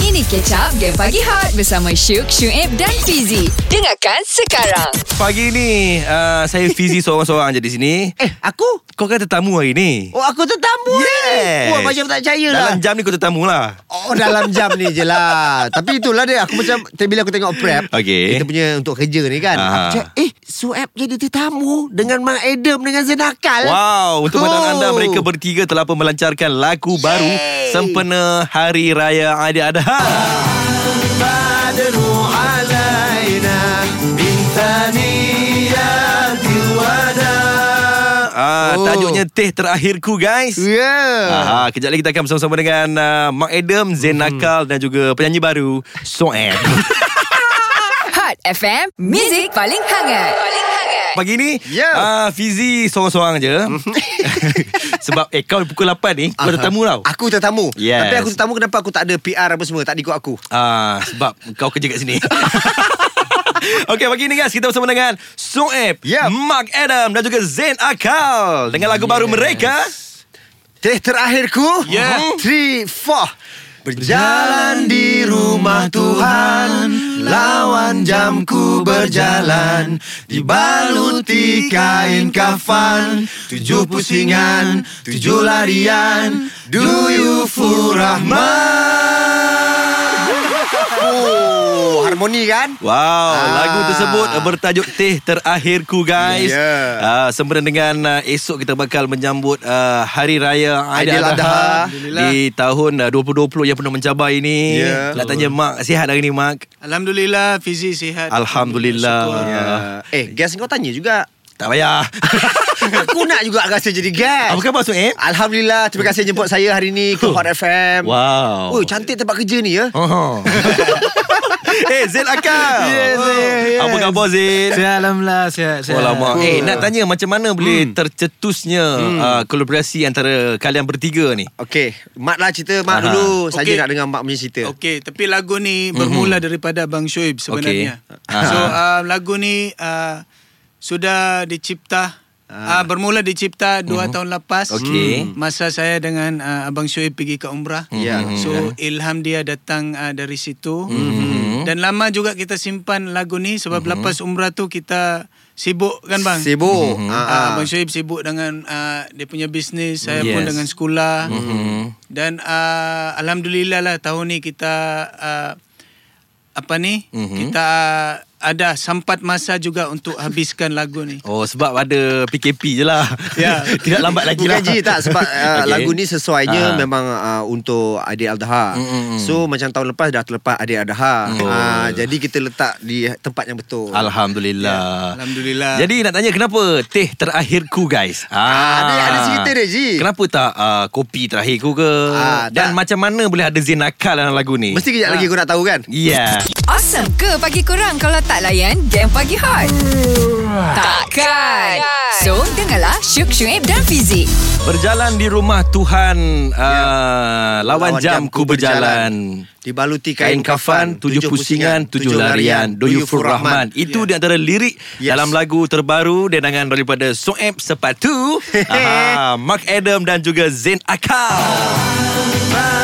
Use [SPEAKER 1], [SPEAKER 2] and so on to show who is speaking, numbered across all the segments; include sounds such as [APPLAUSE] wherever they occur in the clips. [SPEAKER 1] Ini Catch Up Game Pagi Hot Bersama Syuk, Syuib dan Fizi Dengarkan sekarang
[SPEAKER 2] Pagi ni uh, Saya Fizi [LAUGHS] seorang-seorang je di sini
[SPEAKER 3] Eh, aku?
[SPEAKER 2] Kau kan tetamu hari ni
[SPEAKER 3] Oh, aku tetamu
[SPEAKER 2] Yes.
[SPEAKER 3] eh. Wah, macam tak percaya lah.
[SPEAKER 2] Dalam jam ni kau tetamu lah
[SPEAKER 3] Oh, dalam jam ni je [LAUGHS] lah. Tapi itulah dia. Aku macam, tadi bila aku tengok prep.
[SPEAKER 2] Okay.
[SPEAKER 3] Kita punya untuk kerja ni kan.
[SPEAKER 2] Ah.
[SPEAKER 3] Aku cakap, eh, Sueb jadi tetamu dengan Mak Adam dengan Zenakal. Oh.
[SPEAKER 2] Wow Untuk
[SPEAKER 3] Eh. Cool.
[SPEAKER 2] cool. anda Mereka bertiga telah pun melancarkan lagu Yay. baru Sempena Hari Raya Adi Adha Ah,
[SPEAKER 3] Oh. Ya.
[SPEAKER 2] tajuknya teh terakhirku guys. Ah,
[SPEAKER 3] Yeah.
[SPEAKER 2] kejap lagi kita akan bersama-sama dengan uh, Mark Adam, Zain Nakal dan juga penyanyi baru
[SPEAKER 3] [LAUGHS]
[SPEAKER 2] Soeb.
[SPEAKER 1] Hot FM Music paling hangat Paling hangat
[SPEAKER 2] Pagi ni
[SPEAKER 3] Ya. Mhm.
[SPEAKER 2] ah, Fizi seorang-seorang je [LAUGHS] Sebab eh kau pukul 8 ni Kau tetamu tau
[SPEAKER 3] Aku tetamu.
[SPEAKER 2] Yes.
[SPEAKER 3] Tapi aku tetamu kenapa aku tak ada PR apa semua. Tak ikut aku.
[SPEAKER 2] ah, Sebab kau kerja kat sini [LAUGHS] Okey pagi ni guys Kita bersama dengan Soeb
[SPEAKER 3] Ya.
[SPEAKER 2] Mark Adam Dan juga Zain Akal Dengan lagu baru mereka
[SPEAKER 3] Teh terakhirku.
[SPEAKER 2] Yeah.
[SPEAKER 3] Three, four. Berjalan di rumah Tuhan Lawan jamku berjalan Dibaluti kain kafan Tujuh pusingan, tujuh larian Do you full Rahman Oh, harmoni kan?
[SPEAKER 2] Wow, ah. lagu tersebut bertajuk Teh Terakhirku guys.
[SPEAKER 3] Ya.
[SPEAKER 2] Uh, sempena dengan uh, esok kita bakal menyambut uh, Hari Raya
[SPEAKER 3] Aidiladha.
[SPEAKER 2] Aidiladha di tahun uh, 2020 yang penuh mencabar ini.
[SPEAKER 3] Ya.
[SPEAKER 2] Nak tanya Mak, sihat hari ni Mak?
[SPEAKER 4] Alhamdulillah Fizi sihat
[SPEAKER 2] Alhamdulillah. Ya.
[SPEAKER 3] Eh, guest kau tanya [LAUGHS] juga
[SPEAKER 2] Tak payah.
[SPEAKER 3] Aku nak juga rasa jadi
[SPEAKER 2] Apa
[SPEAKER 3] guest
[SPEAKER 2] khabar Suib?
[SPEAKER 3] Alhamdulillah Terima kasih jemput saya hari ni
[SPEAKER 2] [LAUGHS]
[SPEAKER 3] Ke Hot FM
[SPEAKER 2] Wow.
[SPEAKER 3] Oh, cantik tempat kerja ni ya
[SPEAKER 2] Oh. [LAUGHS] eh, Zain Akal.
[SPEAKER 4] Yes, yes, yes.
[SPEAKER 2] Apa khabar Zain?
[SPEAKER 4] Sihat Alhamdulillah sihat, sihat.
[SPEAKER 2] Alamak. Eh, nak tanya macam
[SPEAKER 3] Hmm.
[SPEAKER 2] mana boleh tercetusnya uh, kolaborasi antara kalian bertiga ni?
[SPEAKER 3] Okey, Mat lah cerita Mak
[SPEAKER 2] Aha.
[SPEAKER 3] dulu Saya
[SPEAKER 4] Okey.
[SPEAKER 3] nak dengar Mak punya cerita
[SPEAKER 4] Ya. Okey, tapi lagu ni bermula mm-hmm. daripada Abang Shoaib sebenarnya.
[SPEAKER 2] Okey.
[SPEAKER 4] Okay. So uh, lagu ni uh, sudah dicipta uh, bermula dicipta 2 mm-hmm. tahun lepas Hmm.
[SPEAKER 2] Okey.
[SPEAKER 4] masa saya dengan uh, Abang Shoaib pergi ke umrah.
[SPEAKER 3] Ya.
[SPEAKER 4] So ilham dia datang uh, dari situ. Mm-hmm. Dan lama juga kita simpan lagu ni sebab mm-hmm. lepas umrah tu kita sibuk kan bang?
[SPEAKER 3] Sibuk
[SPEAKER 2] Mhm.
[SPEAKER 3] mm
[SPEAKER 4] Ah, Abang Shoaib sibuk dengan uh, dia punya bisnes, saya yes. pun
[SPEAKER 2] Yes.
[SPEAKER 4] dengan sekolah.
[SPEAKER 2] Hmm.
[SPEAKER 4] Dan uh, alhamdulillah lah tahun ni kita uh, apa ni? Mm-hmm. Kita uh, ada sempat masa juga untuk habiskan
[SPEAKER 2] [LAUGHS]
[SPEAKER 4] lagu ni.
[SPEAKER 2] Oh sebab ada PKP je
[SPEAKER 3] [LAUGHS]
[SPEAKER 2] lah
[SPEAKER 4] Ya.
[SPEAKER 2] [LAUGHS] Tidak lambat lagi lah
[SPEAKER 3] Bukan je tak
[SPEAKER 2] [LAUGHS]
[SPEAKER 3] Sebab uh,
[SPEAKER 2] Okey.
[SPEAKER 3] lagu ni
[SPEAKER 2] Ah.
[SPEAKER 3] sesuainya Memang uh, untuk Adil Al-Dha
[SPEAKER 2] Mm-mm.
[SPEAKER 3] So macam tahun lepas Dah terlepas Adil Al-Dha
[SPEAKER 2] Oh.
[SPEAKER 3] Ah, Jadi kita letak di tempat yang betul Ya,
[SPEAKER 2] Alhamdulillah
[SPEAKER 4] Alhamdulillah.
[SPEAKER 2] Jadi nak tanya kenapa Teh terakhirku guys ah,
[SPEAKER 3] ada- ada cerita dia, Ji.
[SPEAKER 2] Kenapa tak uh, kopi terakhirku ke
[SPEAKER 3] Ah,
[SPEAKER 2] Dan
[SPEAKER 3] tak.
[SPEAKER 2] macam mana boleh ada Zain Akal dalam lagu ni Ya.
[SPEAKER 3] Mesti kejap lagi kau nak tahu kan
[SPEAKER 2] Yeah
[SPEAKER 1] Awesome ke pagi kurang Kalau tak layan Game Pagi Hot Takkan So dengarlah Syuk, Syuib dan Fizi
[SPEAKER 2] Berjalan di rumah Tuhan uh, Ya. Lawan, jam ku berjalan,
[SPEAKER 3] Dibaluti
[SPEAKER 2] Kain kafan, tujuh pusingan, tujuh larian Doyu Fur Rahman Itu di antara lirik
[SPEAKER 3] Yes.
[SPEAKER 2] Dalam lagu terbaru Denangan daripada Soeb Sepatu [LAUGHS] Aha, Mark Adam dan juga Zain Akal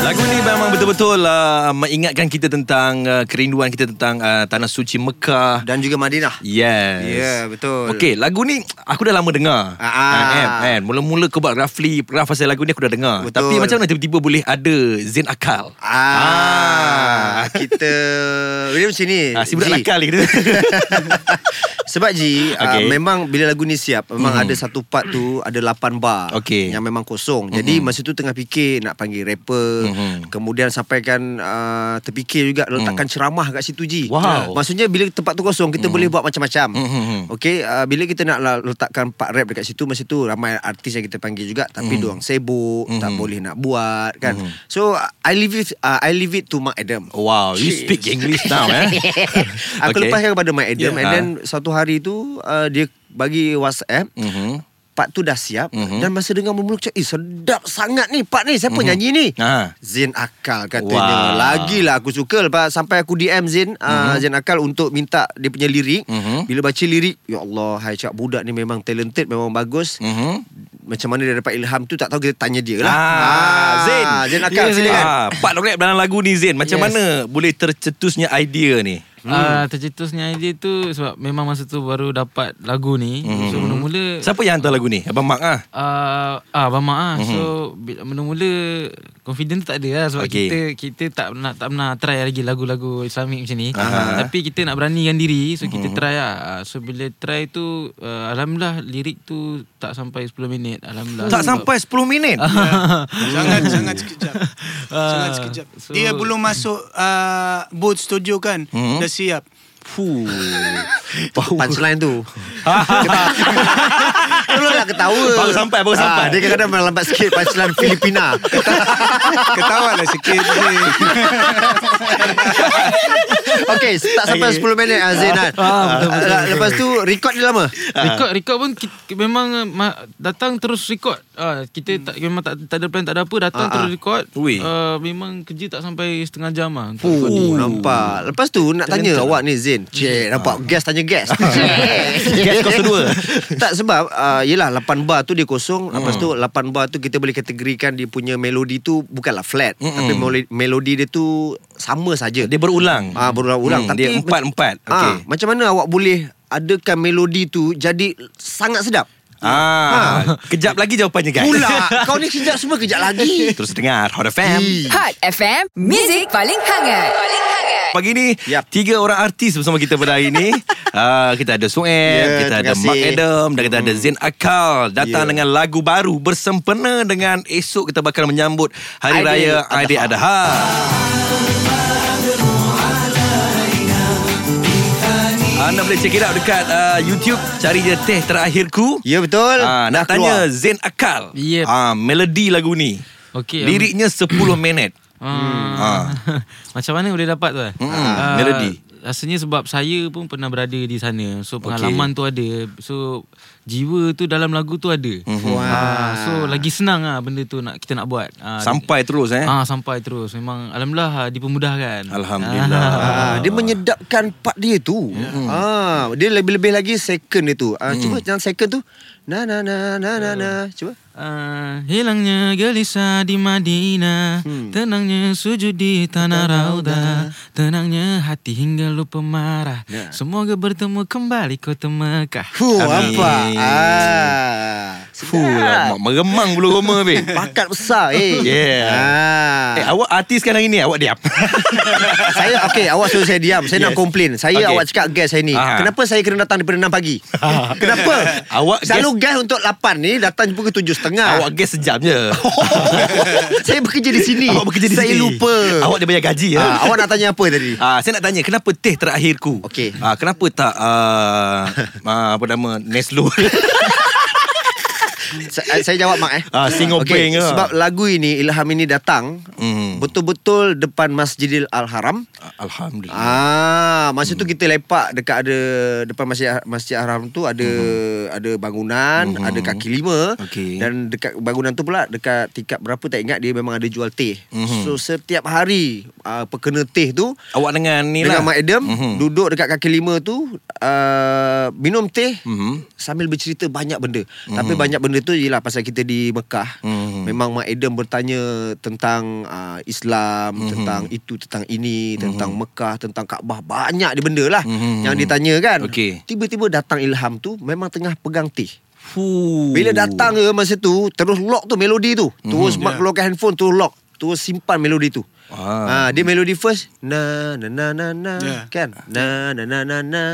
[SPEAKER 2] Lagu ni memang betul-betul uh, Mengingatkan kita tentang uh, Kerinduan kita tentang uh, Tanah Suci Mekah
[SPEAKER 3] Ya. Dan juga Madinah
[SPEAKER 2] Yes
[SPEAKER 3] Ya, betul.
[SPEAKER 2] Okay lagu ni Aku dah lama dengar
[SPEAKER 3] Ah, ah.
[SPEAKER 2] Ah, kan, kan. Mula-mula kau buat Rafli Raf pasal lagu ni aku dah dengar
[SPEAKER 3] Betul.
[SPEAKER 2] Tapi macam mana tiba-tiba boleh ada Zain Akal
[SPEAKER 3] Ah, kita Dia macam ni
[SPEAKER 2] ah, Si budak
[SPEAKER 3] Ji.
[SPEAKER 2] nakal ni
[SPEAKER 3] [LAUGHS]
[SPEAKER 2] kita
[SPEAKER 3] Sebab Ji okay.
[SPEAKER 2] Okay.
[SPEAKER 3] uh, Memang bila lagu ni siap Memang
[SPEAKER 2] Mhm.
[SPEAKER 3] mm. ada satu part tu Ada 8 bar
[SPEAKER 2] Okay.
[SPEAKER 3] Yang memang kosong Jadi masa tu tengah fikir Nak panggil rapper
[SPEAKER 2] Mhm.
[SPEAKER 3] Kemudian sampaikan uh, Terfikir juga Letakkan ceramah kat situ Ji
[SPEAKER 2] Wow.
[SPEAKER 3] Maksudnya bila tempat tu kosong Kita boleh buat macam-macam
[SPEAKER 2] Mhm.
[SPEAKER 3] Okay uh, Bila kita nak la- letakkan part rap dekat situ Masa tu ramai artis yang kita panggil juga Tapi
[SPEAKER 2] Mhm.
[SPEAKER 3] mm. diorang sibuk Tak boleh nak buat kan So uh, I leave it uh, I leave it to Mark Adam
[SPEAKER 2] Wow You speak English now eh
[SPEAKER 3] [LAUGHS] Aku kan.
[SPEAKER 2] Okay.
[SPEAKER 3] okay. lepaskan kepada Mak Adam
[SPEAKER 2] Yeah. Ah.
[SPEAKER 3] yeah. And then Satu hari tu uh, Dia bagi WhatsApp
[SPEAKER 2] Mhm.
[SPEAKER 3] Part tu dah siap
[SPEAKER 2] Mhm.
[SPEAKER 3] Dan masa dengar bermula Macam eh sedap sangat ni Part ni Siapa nyanyi ni
[SPEAKER 2] Ah.
[SPEAKER 3] Zain
[SPEAKER 2] Wah.
[SPEAKER 3] Akal
[SPEAKER 2] Mm-hmm.
[SPEAKER 3] katanya Lagilah aku suka Lepas sampai aku DM Zain uh, Zain Akal untuk minta Dia punya lirik
[SPEAKER 2] Mhm.
[SPEAKER 3] Bila baca lirik Ya Allah Hai cak budak ni memang talented Memang bagus
[SPEAKER 2] Mhm.
[SPEAKER 3] macam mana dia dapat ilham tu tak tahu kita tanya dia lah.
[SPEAKER 2] Ah, Zain.
[SPEAKER 3] Zain Akal
[SPEAKER 5] Yes,
[SPEAKER 3] silakan.
[SPEAKER 2] Ah, Pak Lorep dalam lagu ni Zain Macam yes.
[SPEAKER 5] Yes.
[SPEAKER 2] mana boleh tercetusnya idea ni?
[SPEAKER 5] Hmm. Uh, tercetusnya idea tu sebab memang masa tu baru dapat lagu ni. Hmm. So mula-mula
[SPEAKER 2] Siapa yang hantar lagu ni? Abang Mak ah.
[SPEAKER 5] uh, ah abang mak ah. So bila- mula-mula confident tu tak ada lah sebab
[SPEAKER 2] Okey.
[SPEAKER 5] okay. kita kita tak nak tak pernah try lagi lagu-lagu Islamic macam ni.
[SPEAKER 2] Aha.
[SPEAKER 5] Tapi kita nak beranikan diri so kita try lah. Ah, So bila try tu uh, alhamdulillah lirik tu tak sampai 10 minit alhamdulillah.
[SPEAKER 2] Tak
[SPEAKER 5] Sebab-
[SPEAKER 2] sampai 10 minit.
[SPEAKER 4] Sangat sangat sekejap. sangat
[SPEAKER 5] Ah,
[SPEAKER 4] sekejap.
[SPEAKER 5] so-
[SPEAKER 4] Dia belum masuk uh, boot studio kan? Dah siap.
[SPEAKER 2] Fuh.
[SPEAKER 3] Punchline tu Tolonglah ketawa
[SPEAKER 2] Baru sampai, baru
[SPEAKER 3] Ah,
[SPEAKER 2] sampai.
[SPEAKER 3] Dia kadang-kadang melambat sikit Punchline Filipina
[SPEAKER 4] Ketawa lah sikit.
[SPEAKER 3] [LAUGHS] Okay Tak sampai 10 minit ah, Zain kan Ah, Lepas tu Record dia lama
[SPEAKER 2] Ah.
[SPEAKER 5] Record record pun kita, memang uh, ma, datang terus record. Ah kita tak memang tak, tak ada plan tak ada apa datang
[SPEAKER 3] Ah, ah.
[SPEAKER 5] terus record.
[SPEAKER 2] Hmm. Ui.
[SPEAKER 5] Uh, memang kerja tak sampai setengah jam ah. untuk record ni.
[SPEAKER 3] Oh, nampak. Lepas tu nak tanya
[SPEAKER 5] Talented.
[SPEAKER 3] awak ni Zain. Cik, nampak guest tanya [LAUGHS] guest.
[SPEAKER 2] Guest
[SPEAKER 3] [LAUGHS]
[SPEAKER 2] kau kedua.
[SPEAKER 3] tak sebab uh, yelah 8 bar tu dia kosong, lepas tu 8 bar tu kita boleh kategorikan dia punya melodi tu bukanlah flat,
[SPEAKER 2] Mm-mm.
[SPEAKER 3] tapi melodi, melodi dia tu sama saja.
[SPEAKER 2] Dia berulang.
[SPEAKER 3] Ah berulang-ulang
[SPEAKER 2] Hmm,
[SPEAKER 3] tapi
[SPEAKER 2] dia empat-empat.
[SPEAKER 3] Ah,
[SPEAKER 2] Okey.
[SPEAKER 3] macam mana awak boleh adakan melodi tu jadi sangat sedap?
[SPEAKER 2] Ah, kejap lagi jawapannya guys. [LAUGHS]
[SPEAKER 3] Ya. Pula kau ni kejap semua kejap lagi.
[SPEAKER 2] Terus dengar Hot FM.
[SPEAKER 1] Hot FM, music paling hangat. Paling hangat.
[SPEAKER 2] Pagi ni
[SPEAKER 3] Yap.
[SPEAKER 2] Tiga orang artis bersama kita pada hari
[SPEAKER 3] [LAUGHS]
[SPEAKER 2] ni uh, Kita ada Soeb
[SPEAKER 3] Ya,
[SPEAKER 2] yeah, Kita ada Mark
[SPEAKER 3] terima kasih. Hmm.
[SPEAKER 2] Adam Dan kita ada Zain Akal Datang
[SPEAKER 3] Ya.
[SPEAKER 2] dengan lagu baru Bersempena dengan Esok kita bakal menyambut Hari
[SPEAKER 3] Aidil
[SPEAKER 2] Raya
[SPEAKER 3] Adha.
[SPEAKER 2] Aidil Adha Anda boleh check it out dekat uh, YouTube Cari je Teh Terakhirku
[SPEAKER 3] [LAUGHS] Ya betul.
[SPEAKER 2] Ah,
[SPEAKER 3] Dah
[SPEAKER 2] nak tanya
[SPEAKER 3] keluar.
[SPEAKER 2] Zain Akal
[SPEAKER 5] Yep.
[SPEAKER 2] ah, Melodi lagu ni
[SPEAKER 5] Okey. um,
[SPEAKER 2] Liriknya 10
[SPEAKER 3] [CLEARS THROAT]
[SPEAKER 2] minit Ah.
[SPEAKER 5] Ah. [LAUGHS] Macam mana boleh dapat tu? eh?
[SPEAKER 2] Mm-mm,
[SPEAKER 5] Ah,
[SPEAKER 2] melody.
[SPEAKER 5] Rasanya sebab saya pun pernah berada di sana. So pengalaman okay. tu ada. So jiwa tu dalam lagu tu ada.
[SPEAKER 2] Hmm,
[SPEAKER 5] Mm-hmm.
[SPEAKER 3] Wah.
[SPEAKER 5] so lagi senang ah benda tu nak kita nak buat.
[SPEAKER 3] Ha,
[SPEAKER 5] Ah,
[SPEAKER 2] Sampai terus eh
[SPEAKER 5] Ah sampai terus. Memang alhamdulillah ah, dipermudahkan.
[SPEAKER 2] Alhamdulillah.
[SPEAKER 3] Ah, dia menyedapkan part dia tu.
[SPEAKER 2] Ya.
[SPEAKER 3] Ah, dia lebih-lebih lagi second dia tu.
[SPEAKER 2] Hmm.
[SPEAKER 3] Ah, cuba yang second tu. Na na na na na na. Cuba.
[SPEAKER 5] Ah, hilangnya gelisah di Madinah
[SPEAKER 3] Hmm.
[SPEAKER 5] Tenangnya sujud di tanah rauda Tenangnya hati hingga lupa marah
[SPEAKER 3] Ya.
[SPEAKER 5] Semoga bertemu kembali kota Mekah
[SPEAKER 3] Fuh,
[SPEAKER 2] Amin.
[SPEAKER 3] apa? Ah.
[SPEAKER 2] Fuh, lah, mak- meremang bulu roma be.
[SPEAKER 3] [LAUGHS] Bakat besar eh.
[SPEAKER 2] Yeah.
[SPEAKER 3] Ah.
[SPEAKER 2] Eh, awak artis kan hari ni Awak diam
[SPEAKER 3] [LAUGHS] saya okey awak suruh saya diam. Saya nak
[SPEAKER 2] Yes.
[SPEAKER 3] komplain. Saya
[SPEAKER 2] Okey. Ah.
[SPEAKER 3] awak cakap guest saya ni.
[SPEAKER 2] Aha.
[SPEAKER 3] Kenapa saya kena datang daripada 6 pagi? Kenapa?
[SPEAKER 2] Ah. Awak
[SPEAKER 3] selalu guest untuk 8 ni datang jumpa ke 7.30.
[SPEAKER 2] Ah, Awak guess sejam je
[SPEAKER 3] [LAUGHS] saya bekerja di sini.
[SPEAKER 2] [LAUGHS] Awak bekerja di
[SPEAKER 3] Oh, saya
[SPEAKER 2] sini
[SPEAKER 3] lupa.
[SPEAKER 2] Awak dia bayar gaji ya
[SPEAKER 3] ah, awak nak tanya apa tadi?
[SPEAKER 2] [LAUGHS] Ah, saya nak tanya kenapa teh terakhirku?
[SPEAKER 3] Okey.
[SPEAKER 2] Ah, kenapa tak
[SPEAKER 3] [LAUGHS]
[SPEAKER 2] ah, ah, apa nama Neslo?
[SPEAKER 3] Sa- saya jawab mak eh.
[SPEAKER 2] Ah, singopeng
[SPEAKER 3] Okey,
[SPEAKER 2] ke?
[SPEAKER 3] Sebab lagu ini ilham ini datang
[SPEAKER 2] Hmm.
[SPEAKER 3] betul-betul depan Masjidil Al-Haram.
[SPEAKER 2] Alhamdulillah.
[SPEAKER 3] Ah, masa
[SPEAKER 2] Hmm.
[SPEAKER 3] tu kita lepak dekat ada depan Masjid Ha-, Masjid Al-Haram tu ada ada bangunan, ada kaki lima
[SPEAKER 2] Hmm. Okey.
[SPEAKER 3] dan dekat bangunan tu pula dekat tingkat berapa tak ingat dia memang ada jual teh.
[SPEAKER 2] Hmm.
[SPEAKER 3] So setiap hari uh, pekena teh tu
[SPEAKER 2] Awak dengan ni lah.
[SPEAKER 3] dengan Mak Adam
[SPEAKER 2] Mhm.
[SPEAKER 3] duduk dekat kaki lima tu uh, minum teh
[SPEAKER 2] Mhm.
[SPEAKER 3] sambil bercerita banyak benda. Tapi banyak benda tu ialah pasal kita di Mekah.
[SPEAKER 2] Mhm.
[SPEAKER 3] Memang Mak Adam bertanya tentang uh, Islam, tentang itu, tentang ini, tentang Mekah, tentang Kaabah, banyak dia benda lah
[SPEAKER 2] Mhm.
[SPEAKER 3] yang ditanya kan.
[SPEAKER 2] Okey.
[SPEAKER 3] Tiba-tiba datang ilham tu memang tengah pegang teh.
[SPEAKER 2] Fuh.
[SPEAKER 3] Bila datang ke masa tu Terus lock tu melodi tu
[SPEAKER 2] Mhm.
[SPEAKER 3] Terus mm-hmm. mak keluarkan handphone Terus lock Terus simpan melodi tu
[SPEAKER 2] Ah.
[SPEAKER 3] Ah. dia melodi first na na na na na
[SPEAKER 4] Yeah.
[SPEAKER 3] kan na na na na na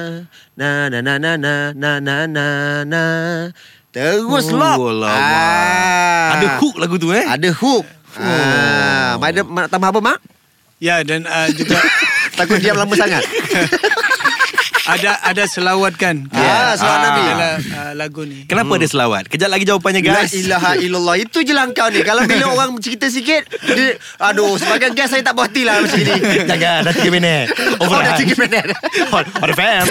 [SPEAKER 3] na na na na na na na na na terus
[SPEAKER 2] Oh,
[SPEAKER 3] lock Ah.
[SPEAKER 2] alamak. Ada hook lagu tu eh?
[SPEAKER 3] ada hook ah mak ada mak nak tambah apa mak
[SPEAKER 4] Ya dan uh, juga
[SPEAKER 3] takut diam lama sangat
[SPEAKER 4] ada ada selawat kan.
[SPEAKER 3] Ah, selawat Nabi.
[SPEAKER 4] Adalah, uh, lagu ni.
[SPEAKER 2] Kenapa ada selawat? Kejap lagi jawapannya
[SPEAKER 3] Hmm.
[SPEAKER 2] [LAUGHS]
[SPEAKER 3] La
[SPEAKER 2] guys.
[SPEAKER 3] ilaha illallah Itu je lah kau ni Kalau bila orang cerita sikit dia, Aduh Sebagai guest saya tak puas hati lah Macam ni
[SPEAKER 2] Jangan dah 3 minit.
[SPEAKER 3] Oh dah 3 minit
[SPEAKER 2] Hot, hot FM.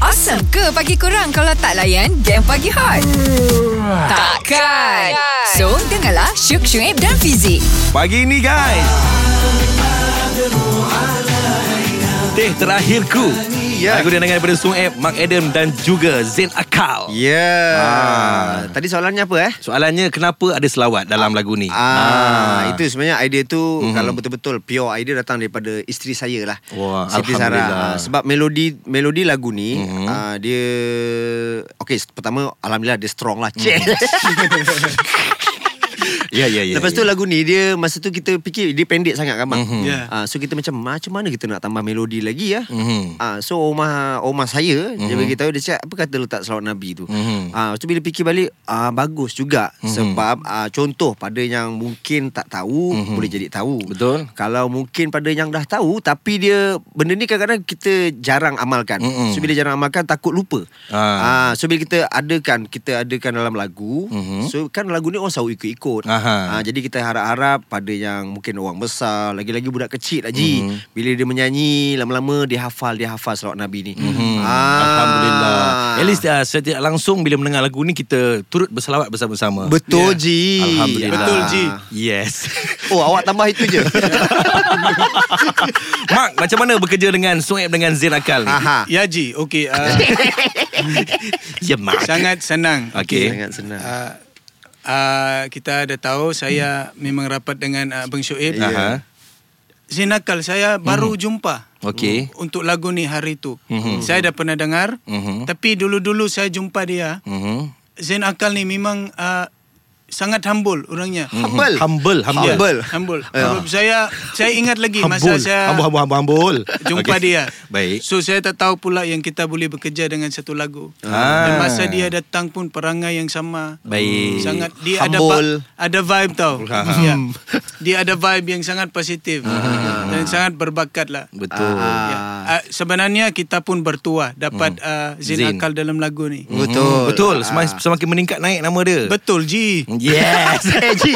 [SPEAKER 1] Awesome ke pagi korang kalau tak layan game pagi hot? Takkan. So, dengarlah Syuk Syuib dan Fizik.
[SPEAKER 2] Pagi ni guys Teh Terakhirku
[SPEAKER 3] Ya.
[SPEAKER 2] Lagu dendangan daripada Sung App Mark Adam dan juga Zain Akal
[SPEAKER 3] Yeah.
[SPEAKER 2] Ah.
[SPEAKER 3] Ya. Tadi soalannya apa eh?
[SPEAKER 2] Soalannya kenapa ada selawat dalam lagu ni
[SPEAKER 3] Ah, itu sebenarnya idea tu
[SPEAKER 2] Mhm.
[SPEAKER 3] mm-hmm. kalau betul-betul pure idea datang daripada isteri saya lah.
[SPEAKER 2] Wah,
[SPEAKER 3] Siti
[SPEAKER 2] Alhamdulillah. Mhm.
[SPEAKER 3] Sarah. Ah, Sebab melodi melodi lagu ni mm-hmm. ah, dia okey pertama alhamdulillah dia strong
[SPEAKER 2] Mhm.
[SPEAKER 3] lah. Mm.
[SPEAKER 2] Ya ya ya
[SPEAKER 3] [LAUGHS] Lepas tu lagu ni dia masa tu kita fikir dia pendek sangat kan bang.
[SPEAKER 2] Mhm.
[SPEAKER 4] Ya.
[SPEAKER 3] Ah, so kita macam macam mana kita nak tambah melodi lagi ya?
[SPEAKER 2] Mhm.
[SPEAKER 3] Ah, so Omar Omar saya dia beritahu dia cakap apa kata letak selawat Nabi tu.
[SPEAKER 2] Mhm.
[SPEAKER 3] Ah, lepas tu bila fikir balik ah, bagus juga sebab ah, contoh pada yang mungkin tak tahu boleh jadi
[SPEAKER 2] Mhm.
[SPEAKER 3] tahu.
[SPEAKER 2] Betul.
[SPEAKER 3] Kalau mungkin pada yang dah tahu tapi dia benda ni kadang-kadang kita jarang amalkan.
[SPEAKER 2] Mhm.
[SPEAKER 3] So bila jarang amalkan takut lupa.
[SPEAKER 2] Ah.
[SPEAKER 3] Ah. so bila kita adakan kita adakan dalam lagu
[SPEAKER 2] Mhm.
[SPEAKER 3] so kan lagu ni orang selalu ikut-ikut.
[SPEAKER 2] Aha.
[SPEAKER 3] Ah, jadi kita harap-harap pada yang mungkin orang besar, lagi-lagi budak kecil lagi.
[SPEAKER 2] Mhm.
[SPEAKER 3] Mm-hmm. Bila dia menyanyi, lama-lama dia hafal, dia hafal selawat Nabi ni. Mm-hmm.
[SPEAKER 2] Mhm. Hmm, Alhamdulillah At least uh, secara tidak langsung Bila mendengar lagu ni Kita turut berselawat bersama-sama
[SPEAKER 3] Betul
[SPEAKER 4] Ya.
[SPEAKER 3] Ji.
[SPEAKER 2] Alhamdulillah
[SPEAKER 4] Betul, Ji.
[SPEAKER 2] Yes [LAUGHS]
[SPEAKER 3] Oh, awak tambah itu je.
[SPEAKER 2] Mark macam mana bekerja dengan Sueb dengan Zain Akal ni
[SPEAKER 3] [LAUGHS] Aha.
[SPEAKER 4] Ya Ji, okey. Uh,
[SPEAKER 2] Ya Mark
[SPEAKER 4] sangat senang.
[SPEAKER 2] Okay.
[SPEAKER 3] Sangat senang.
[SPEAKER 4] Uh, uh, kita ada tahu saya memang rapat dengan uh, Abang Shoaib.
[SPEAKER 2] Aha.
[SPEAKER 4] Zinakal saya baru
[SPEAKER 2] Mhm.
[SPEAKER 4] jumpa.
[SPEAKER 2] Okey.
[SPEAKER 4] Mm, Untuk lagu ni hari tu. Saya dah pernah dengar.
[SPEAKER 2] Mhm.
[SPEAKER 4] Tapi dulu-dulu saya jumpa dia.
[SPEAKER 2] Mhm.
[SPEAKER 4] Zain Akal ni memang uh, sangat humble orangnya.
[SPEAKER 3] Humble.
[SPEAKER 2] Humble, Hmm. humble. Ah.
[SPEAKER 3] Humble.
[SPEAKER 4] Humble. Sebab Saya saya ingat lagi masa saya
[SPEAKER 2] Hambul, hambul, hambul, hambul.
[SPEAKER 4] jumpa
[SPEAKER 2] Okey.
[SPEAKER 4] dia.
[SPEAKER 2] Baik.
[SPEAKER 4] So saya tak tahu pula yang kita boleh bekerja dengan satu lagu.
[SPEAKER 2] Ah.
[SPEAKER 4] Dan masa dia datang pun perangai yang sama.
[SPEAKER 2] Baik.
[SPEAKER 4] Sangat dia
[SPEAKER 3] Humble.
[SPEAKER 4] ada ba- ada vibe tau.
[SPEAKER 2] Ha, ha.
[SPEAKER 4] Ya. Dia ada vibe yang sangat positif dan sangat berbakat lah.
[SPEAKER 2] Ah. Betul.
[SPEAKER 4] Ya. Ah, sebenarnya kita pun bertuah dapat ah, Zin, Hmm.
[SPEAKER 2] Zin.
[SPEAKER 4] Akal dalam lagu
[SPEAKER 2] Mhm.
[SPEAKER 4] ni.
[SPEAKER 3] Hmm. Betul. Ah.
[SPEAKER 2] Betul. Semakin, semakin meningkat naik nama dia.
[SPEAKER 4] Betul Ji.
[SPEAKER 2] Yes.
[SPEAKER 3] [LAUGHS] Eh, Ji.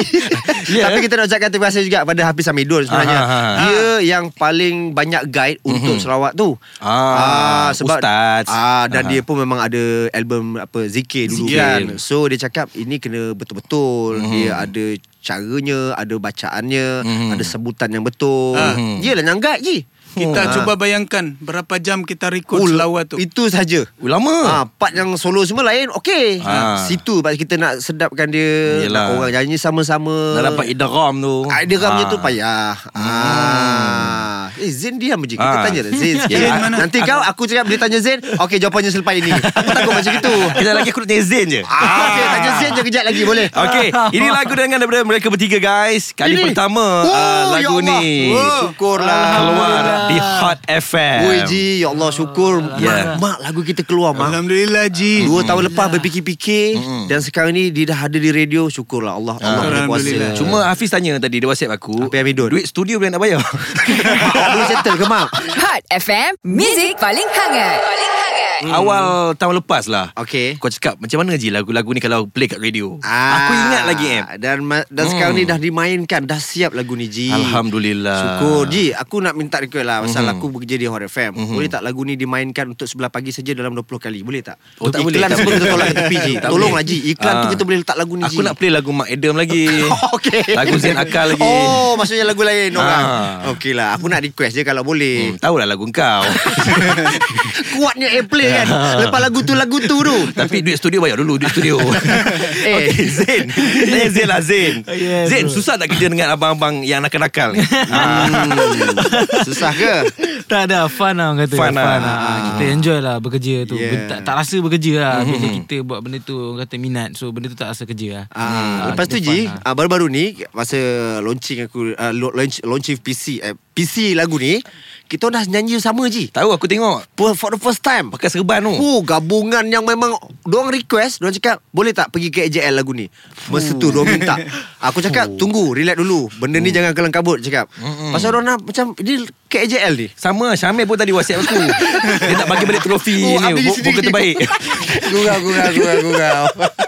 [SPEAKER 2] Ya.
[SPEAKER 3] Tapi kita nak ucapkan terima kasih juga pada Hafiz Hamidul sebenarnya.
[SPEAKER 2] Aha, aha.
[SPEAKER 3] Dia yang paling banyak guide untuk selawat tu.
[SPEAKER 2] Ah, ustaz.
[SPEAKER 3] Ah dan
[SPEAKER 2] Aha.
[SPEAKER 3] dia pun memang ada album apa zikir dulu
[SPEAKER 2] Zikir.
[SPEAKER 3] kan. So dia cakap ini kena betul-betul. Dia ada caranya, ada bacaannya, ada sebutan yang betul. Yelah yang guide je.
[SPEAKER 4] Kita
[SPEAKER 3] Ah.
[SPEAKER 4] cuba bayangkan berapa jam kita rekod
[SPEAKER 3] Oh,
[SPEAKER 4] selawat tu.
[SPEAKER 3] Itu saja.
[SPEAKER 2] Ulama.
[SPEAKER 3] [LAUGHS] Ah, part yang solo semua lain Okey
[SPEAKER 2] Ah.
[SPEAKER 3] Situ part kita nak sedapkan dia
[SPEAKER 2] Yelah.
[SPEAKER 3] Nak orang nyanyi sama-sama
[SPEAKER 2] Dah dapat idram tu.
[SPEAKER 3] Idea ramnya
[SPEAKER 2] Ah.
[SPEAKER 3] tu payah. Ah. Eh Zain diam je. Kita
[SPEAKER 2] Ah.
[SPEAKER 3] tanya lah [LAUGHS] Zain. sikit.
[SPEAKER 2] Zain
[SPEAKER 3] Hmm. Ah,
[SPEAKER 4] mana?
[SPEAKER 3] Nanti kau aku cakap dia tanya Zain. Okey jawapannya selepas [LAUGHS] ini. Aku takut Oh, macam gitu.
[SPEAKER 2] [LAUGHS] Kita lagi aku nak tanya Zain je.
[SPEAKER 3] Ah, okey tanya Zain
[SPEAKER 2] [LAUGHS]
[SPEAKER 3] je kejap lagi boleh. Ah.
[SPEAKER 2] Okay, ini lagu dengan daripada mereka bertiga guys. Kali
[SPEAKER 3] Ini?
[SPEAKER 2] pertama
[SPEAKER 3] Oh,
[SPEAKER 2] ah,
[SPEAKER 3] ya
[SPEAKER 2] lagu
[SPEAKER 3] Allah.
[SPEAKER 2] ni
[SPEAKER 3] Oh, syukurlah.
[SPEAKER 2] keluar di Hot FM.
[SPEAKER 3] Oi Ji, ya Allah syukur
[SPEAKER 2] Ya.
[SPEAKER 3] mak, mak lagu kita keluar mak.
[SPEAKER 4] Alhamdulillah Ji.
[SPEAKER 2] Hmm.
[SPEAKER 3] Dua tahun lepas berfikir-fikir dan sekarang ni dia dah ada di radio syukurlah Allah Allah ada
[SPEAKER 4] Alhamdulillah.
[SPEAKER 3] kuasa. Cuma
[SPEAKER 2] Cuma Hafiz tanya tadi dia WhatsApp aku.
[SPEAKER 3] Apa yang Midun?
[SPEAKER 2] Duit studio boleh nak
[SPEAKER 3] [LAUGHS]
[SPEAKER 2] bayar?
[SPEAKER 3] mak awak belum settle ke mak?
[SPEAKER 1] Hot FM, Music paling hangat. Paling hangat.
[SPEAKER 2] Hmm. Awal tahun lepas lah.
[SPEAKER 3] Okey.
[SPEAKER 2] Kau cakap macam mana je lagu-lagu ni kalau play kat radio.
[SPEAKER 3] Ah,
[SPEAKER 2] Aku ingat lagi eh. em.
[SPEAKER 3] Dan ma- dan
[SPEAKER 2] Hmm.
[SPEAKER 3] sekarang ni dah dimainkan Dah siap lagu ni Ji
[SPEAKER 2] Alhamdulillah. Hmm.
[SPEAKER 3] Syukur Ji aku nak minta request lah Pasal aku bekerja di Hot FM Boleh tak lagu ni dimainkan Untuk sebelah pagi saja Dalam 20 kali Boleh tak?
[SPEAKER 2] Oh, tak boleh,
[SPEAKER 3] iklan
[SPEAKER 2] tak
[SPEAKER 3] semua
[SPEAKER 2] boleh.
[SPEAKER 3] kita tolak ke tepi Ji
[SPEAKER 2] Tak
[SPEAKER 3] Tolonglah Ji
[SPEAKER 2] boleh.
[SPEAKER 3] Iklan tu
[SPEAKER 2] Ah.
[SPEAKER 3] kita boleh letak lagu ni
[SPEAKER 2] Aku
[SPEAKER 3] Ji Oh,
[SPEAKER 2] nak play lagu Mark Adam lagi.
[SPEAKER 3] [LAUGHS] Okay
[SPEAKER 2] Lagu Zain Akal lagi.
[SPEAKER 3] Oh maksudnya lagu lain orang
[SPEAKER 2] Ah.
[SPEAKER 3] Okey lah Aku nak request je kalau boleh
[SPEAKER 2] Hmm, tahulah lagu
[SPEAKER 3] [LAUGHS]
[SPEAKER 2] kau.
[SPEAKER 3] Kuatnya airplay
[SPEAKER 5] [LAUGHS]
[SPEAKER 3] kan Lepas lagu tu lagu tu tu
[SPEAKER 2] Tapi duit studio bayar dulu duit studio.
[SPEAKER 3] [LAUGHS] Eh.
[SPEAKER 2] [LAUGHS]
[SPEAKER 3] Oh,
[SPEAKER 2] Okay, Zain. Tanya Zain lah Zain. Zain, susah tak kerja dengan abang-abang yang nakal-nakal
[SPEAKER 3] [LAUGHS]
[SPEAKER 2] ni?
[SPEAKER 5] Ah.
[SPEAKER 3] Hmm. Susah ke?
[SPEAKER 5] Tak ada Fun lah orang kata
[SPEAKER 2] Fun lah.
[SPEAKER 5] Ah, Kita enjoy lah bekerja tu
[SPEAKER 3] Yeah. Hmm.
[SPEAKER 5] yeah. tak, tak rasa bekerja lah Bila kita buat benda tu Orang kata minat So benda tu tak rasa kerja lah
[SPEAKER 3] Ah, lepas tu
[SPEAKER 5] kita
[SPEAKER 3] Ji,
[SPEAKER 5] fun lah.
[SPEAKER 3] ah, baru-baru ni masa launching aku ah, lo- launch, launching PC eh, PC lagu ni, kita dah nyanyi sama Ji.
[SPEAKER 2] Tahu aku tengok.
[SPEAKER 3] For, for the first time.
[SPEAKER 2] Pakai serban tu.
[SPEAKER 3] Oh, gabungan yang memang Diorang request Diorang cakap Boleh tak pergi ke AJL lagu ni Masa tu diorang minta Aku
[SPEAKER 5] Oh.
[SPEAKER 3] cakap Tunggu Relax dulu Benda ni
[SPEAKER 5] Hmm.
[SPEAKER 3] jangan kelang kabut Cakap Pasal diorang nak Macam Ni ke AJL ni
[SPEAKER 2] Sama Syamil pun tadi whatsapp
[SPEAKER 3] [LAUGHS]
[SPEAKER 2] aku Dia tak bagi balik trofi
[SPEAKER 3] Oh,
[SPEAKER 2] ni
[SPEAKER 3] ambil
[SPEAKER 2] bu- Buku
[SPEAKER 3] sendiri.
[SPEAKER 2] terbaik
[SPEAKER 3] [LAUGHS] Gurau gurau gurau gurau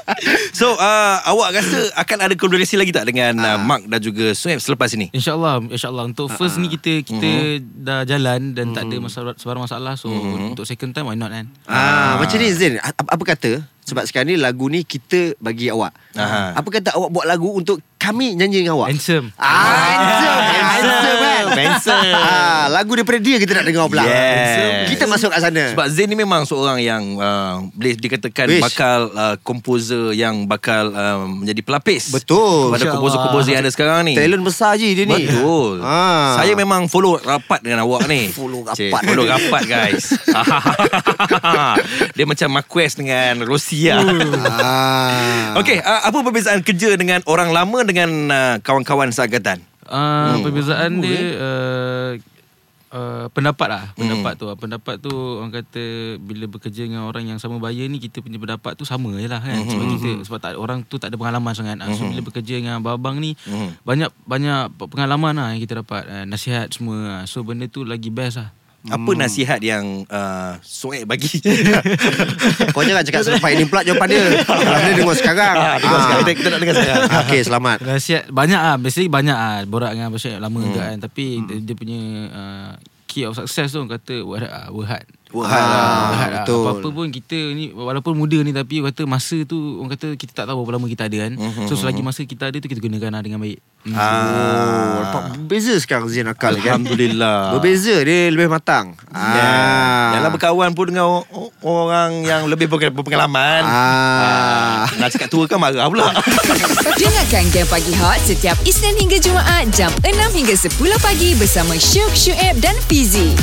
[SPEAKER 2] [LAUGHS] So uh, awak rasa Akan ada kolaborasi lagi tak Dengan
[SPEAKER 3] Ah.
[SPEAKER 2] uh, Mark dan juga Sueb Selepas ini
[SPEAKER 5] InsyaAllah InsyaAllah Untuk
[SPEAKER 3] Ah,
[SPEAKER 5] first ni kita Kita
[SPEAKER 3] Hmm.
[SPEAKER 5] dah jalan Dan tak ada masalah, sebarang masalah So untuk second time Why not kan
[SPEAKER 3] Ah, macam ni Zain, a- apa kata? Sebab sekarang ni lagu ni kita bagi awak.
[SPEAKER 2] Aha.
[SPEAKER 3] Apa kata awak buat lagu untuk kami nyanyi dengan awak?
[SPEAKER 5] Handsome
[SPEAKER 3] Ah, handsome. handsome.
[SPEAKER 2] Handsome.
[SPEAKER 3] kan?
[SPEAKER 5] Benson.
[SPEAKER 3] Ah, lagu daripada dia kita nak dengar pula.
[SPEAKER 2] Yes.
[SPEAKER 3] Kita masuk kat sana.
[SPEAKER 2] Sebab Zain ni memang seorang yang uh, boleh dikatakan
[SPEAKER 3] Wish.
[SPEAKER 2] Wish. bakal uh, komposer yang bakal uh, menjadi pelapis.
[SPEAKER 3] Betul.
[SPEAKER 2] Pada
[SPEAKER 3] InsyaAllah.
[SPEAKER 2] komposer-komposer yang ada sekarang ni.
[SPEAKER 3] talent besar je dia ni.
[SPEAKER 2] Betul.
[SPEAKER 3] Ah.
[SPEAKER 2] Saya memang follow rapat dengan awak ni.
[SPEAKER 3] [LAUGHS] Follow
[SPEAKER 2] Cik,
[SPEAKER 3] rapat.
[SPEAKER 2] follow rapat guys. [LAUGHS] Dia macam Marquez dengan Rosia.
[SPEAKER 3] Hmm. Ah.
[SPEAKER 2] [LAUGHS] Okey, uh, apa perbezaan kerja dengan orang lama dengan uh, kawan-kawan seangkatan?
[SPEAKER 5] Uh, perbezaan dia uh, uh, pendapat lah pendapat tu lah. pendapat tu orang kata bila bekerja dengan orang yang sama bahaya ni kita punya pendapat tu sama je lah kan sebab kita sebab tak, orang tu tak ada pengalaman sangat Ah, so bila bekerja dengan abang-abang ni banyak banyak pengalaman lah yang kita dapat Ah, nasihat semua Ah, so benda tu lagi best lah
[SPEAKER 2] Apa
[SPEAKER 3] Hmm.
[SPEAKER 2] nasihat yang uh, Soek bagi?
[SPEAKER 3] [LAUGHS] Kau jangan cakap selepas ini pula jawapan dia. Kalau dia dengar sekarang.
[SPEAKER 2] Ah, dengar sekarang. Kita- kita nak dengar sekarang.
[SPEAKER 3] Okey, selamat.
[SPEAKER 5] Nasihat banyak ah, basically banyak ah borak dengan Abang Syed lama juga kan tapi dia, dia punya uh, key of success tu orang kata work hard. ah, work hard.
[SPEAKER 3] Work hard lah,
[SPEAKER 5] Work hard
[SPEAKER 3] betul.
[SPEAKER 5] Apa-apa pun kita ni walaupun muda ni tapi orang kata masa tu orang kata kita tak tahu berapa lama kita ada kan. So selagi masa kita ada tu kita gunakan lah dengan baik. Hmm.
[SPEAKER 3] Oh,
[SPEAKER 2] ah.
[SPEAKER 3] nampak berbeza sekarang Zain Akal kan.
[SPEAKER 2] [LAUGHS] Alhamdulillah.
[SPEAKER 3] Berbeza dia lebih matang.
[SPEAKER 2] Ah. Janganlah
[SPEAKER 3] Ah.
[SPEAKER 2] berkawan pun dengan o- o- orang yang lebih berke- berpengalaman.
[SPEAKER 3] Ah.
[SPEAKER 2] Nak cakap tua kan marah pula.
[SPEAKER 3] [LAUGHS]
[SPEAKER 1] Dengarkan Game Pagi Hot setiap Isnin hingga Jumaat jam 6 hingga 10 pagi bersama Syuk, Syuib dan Fizi.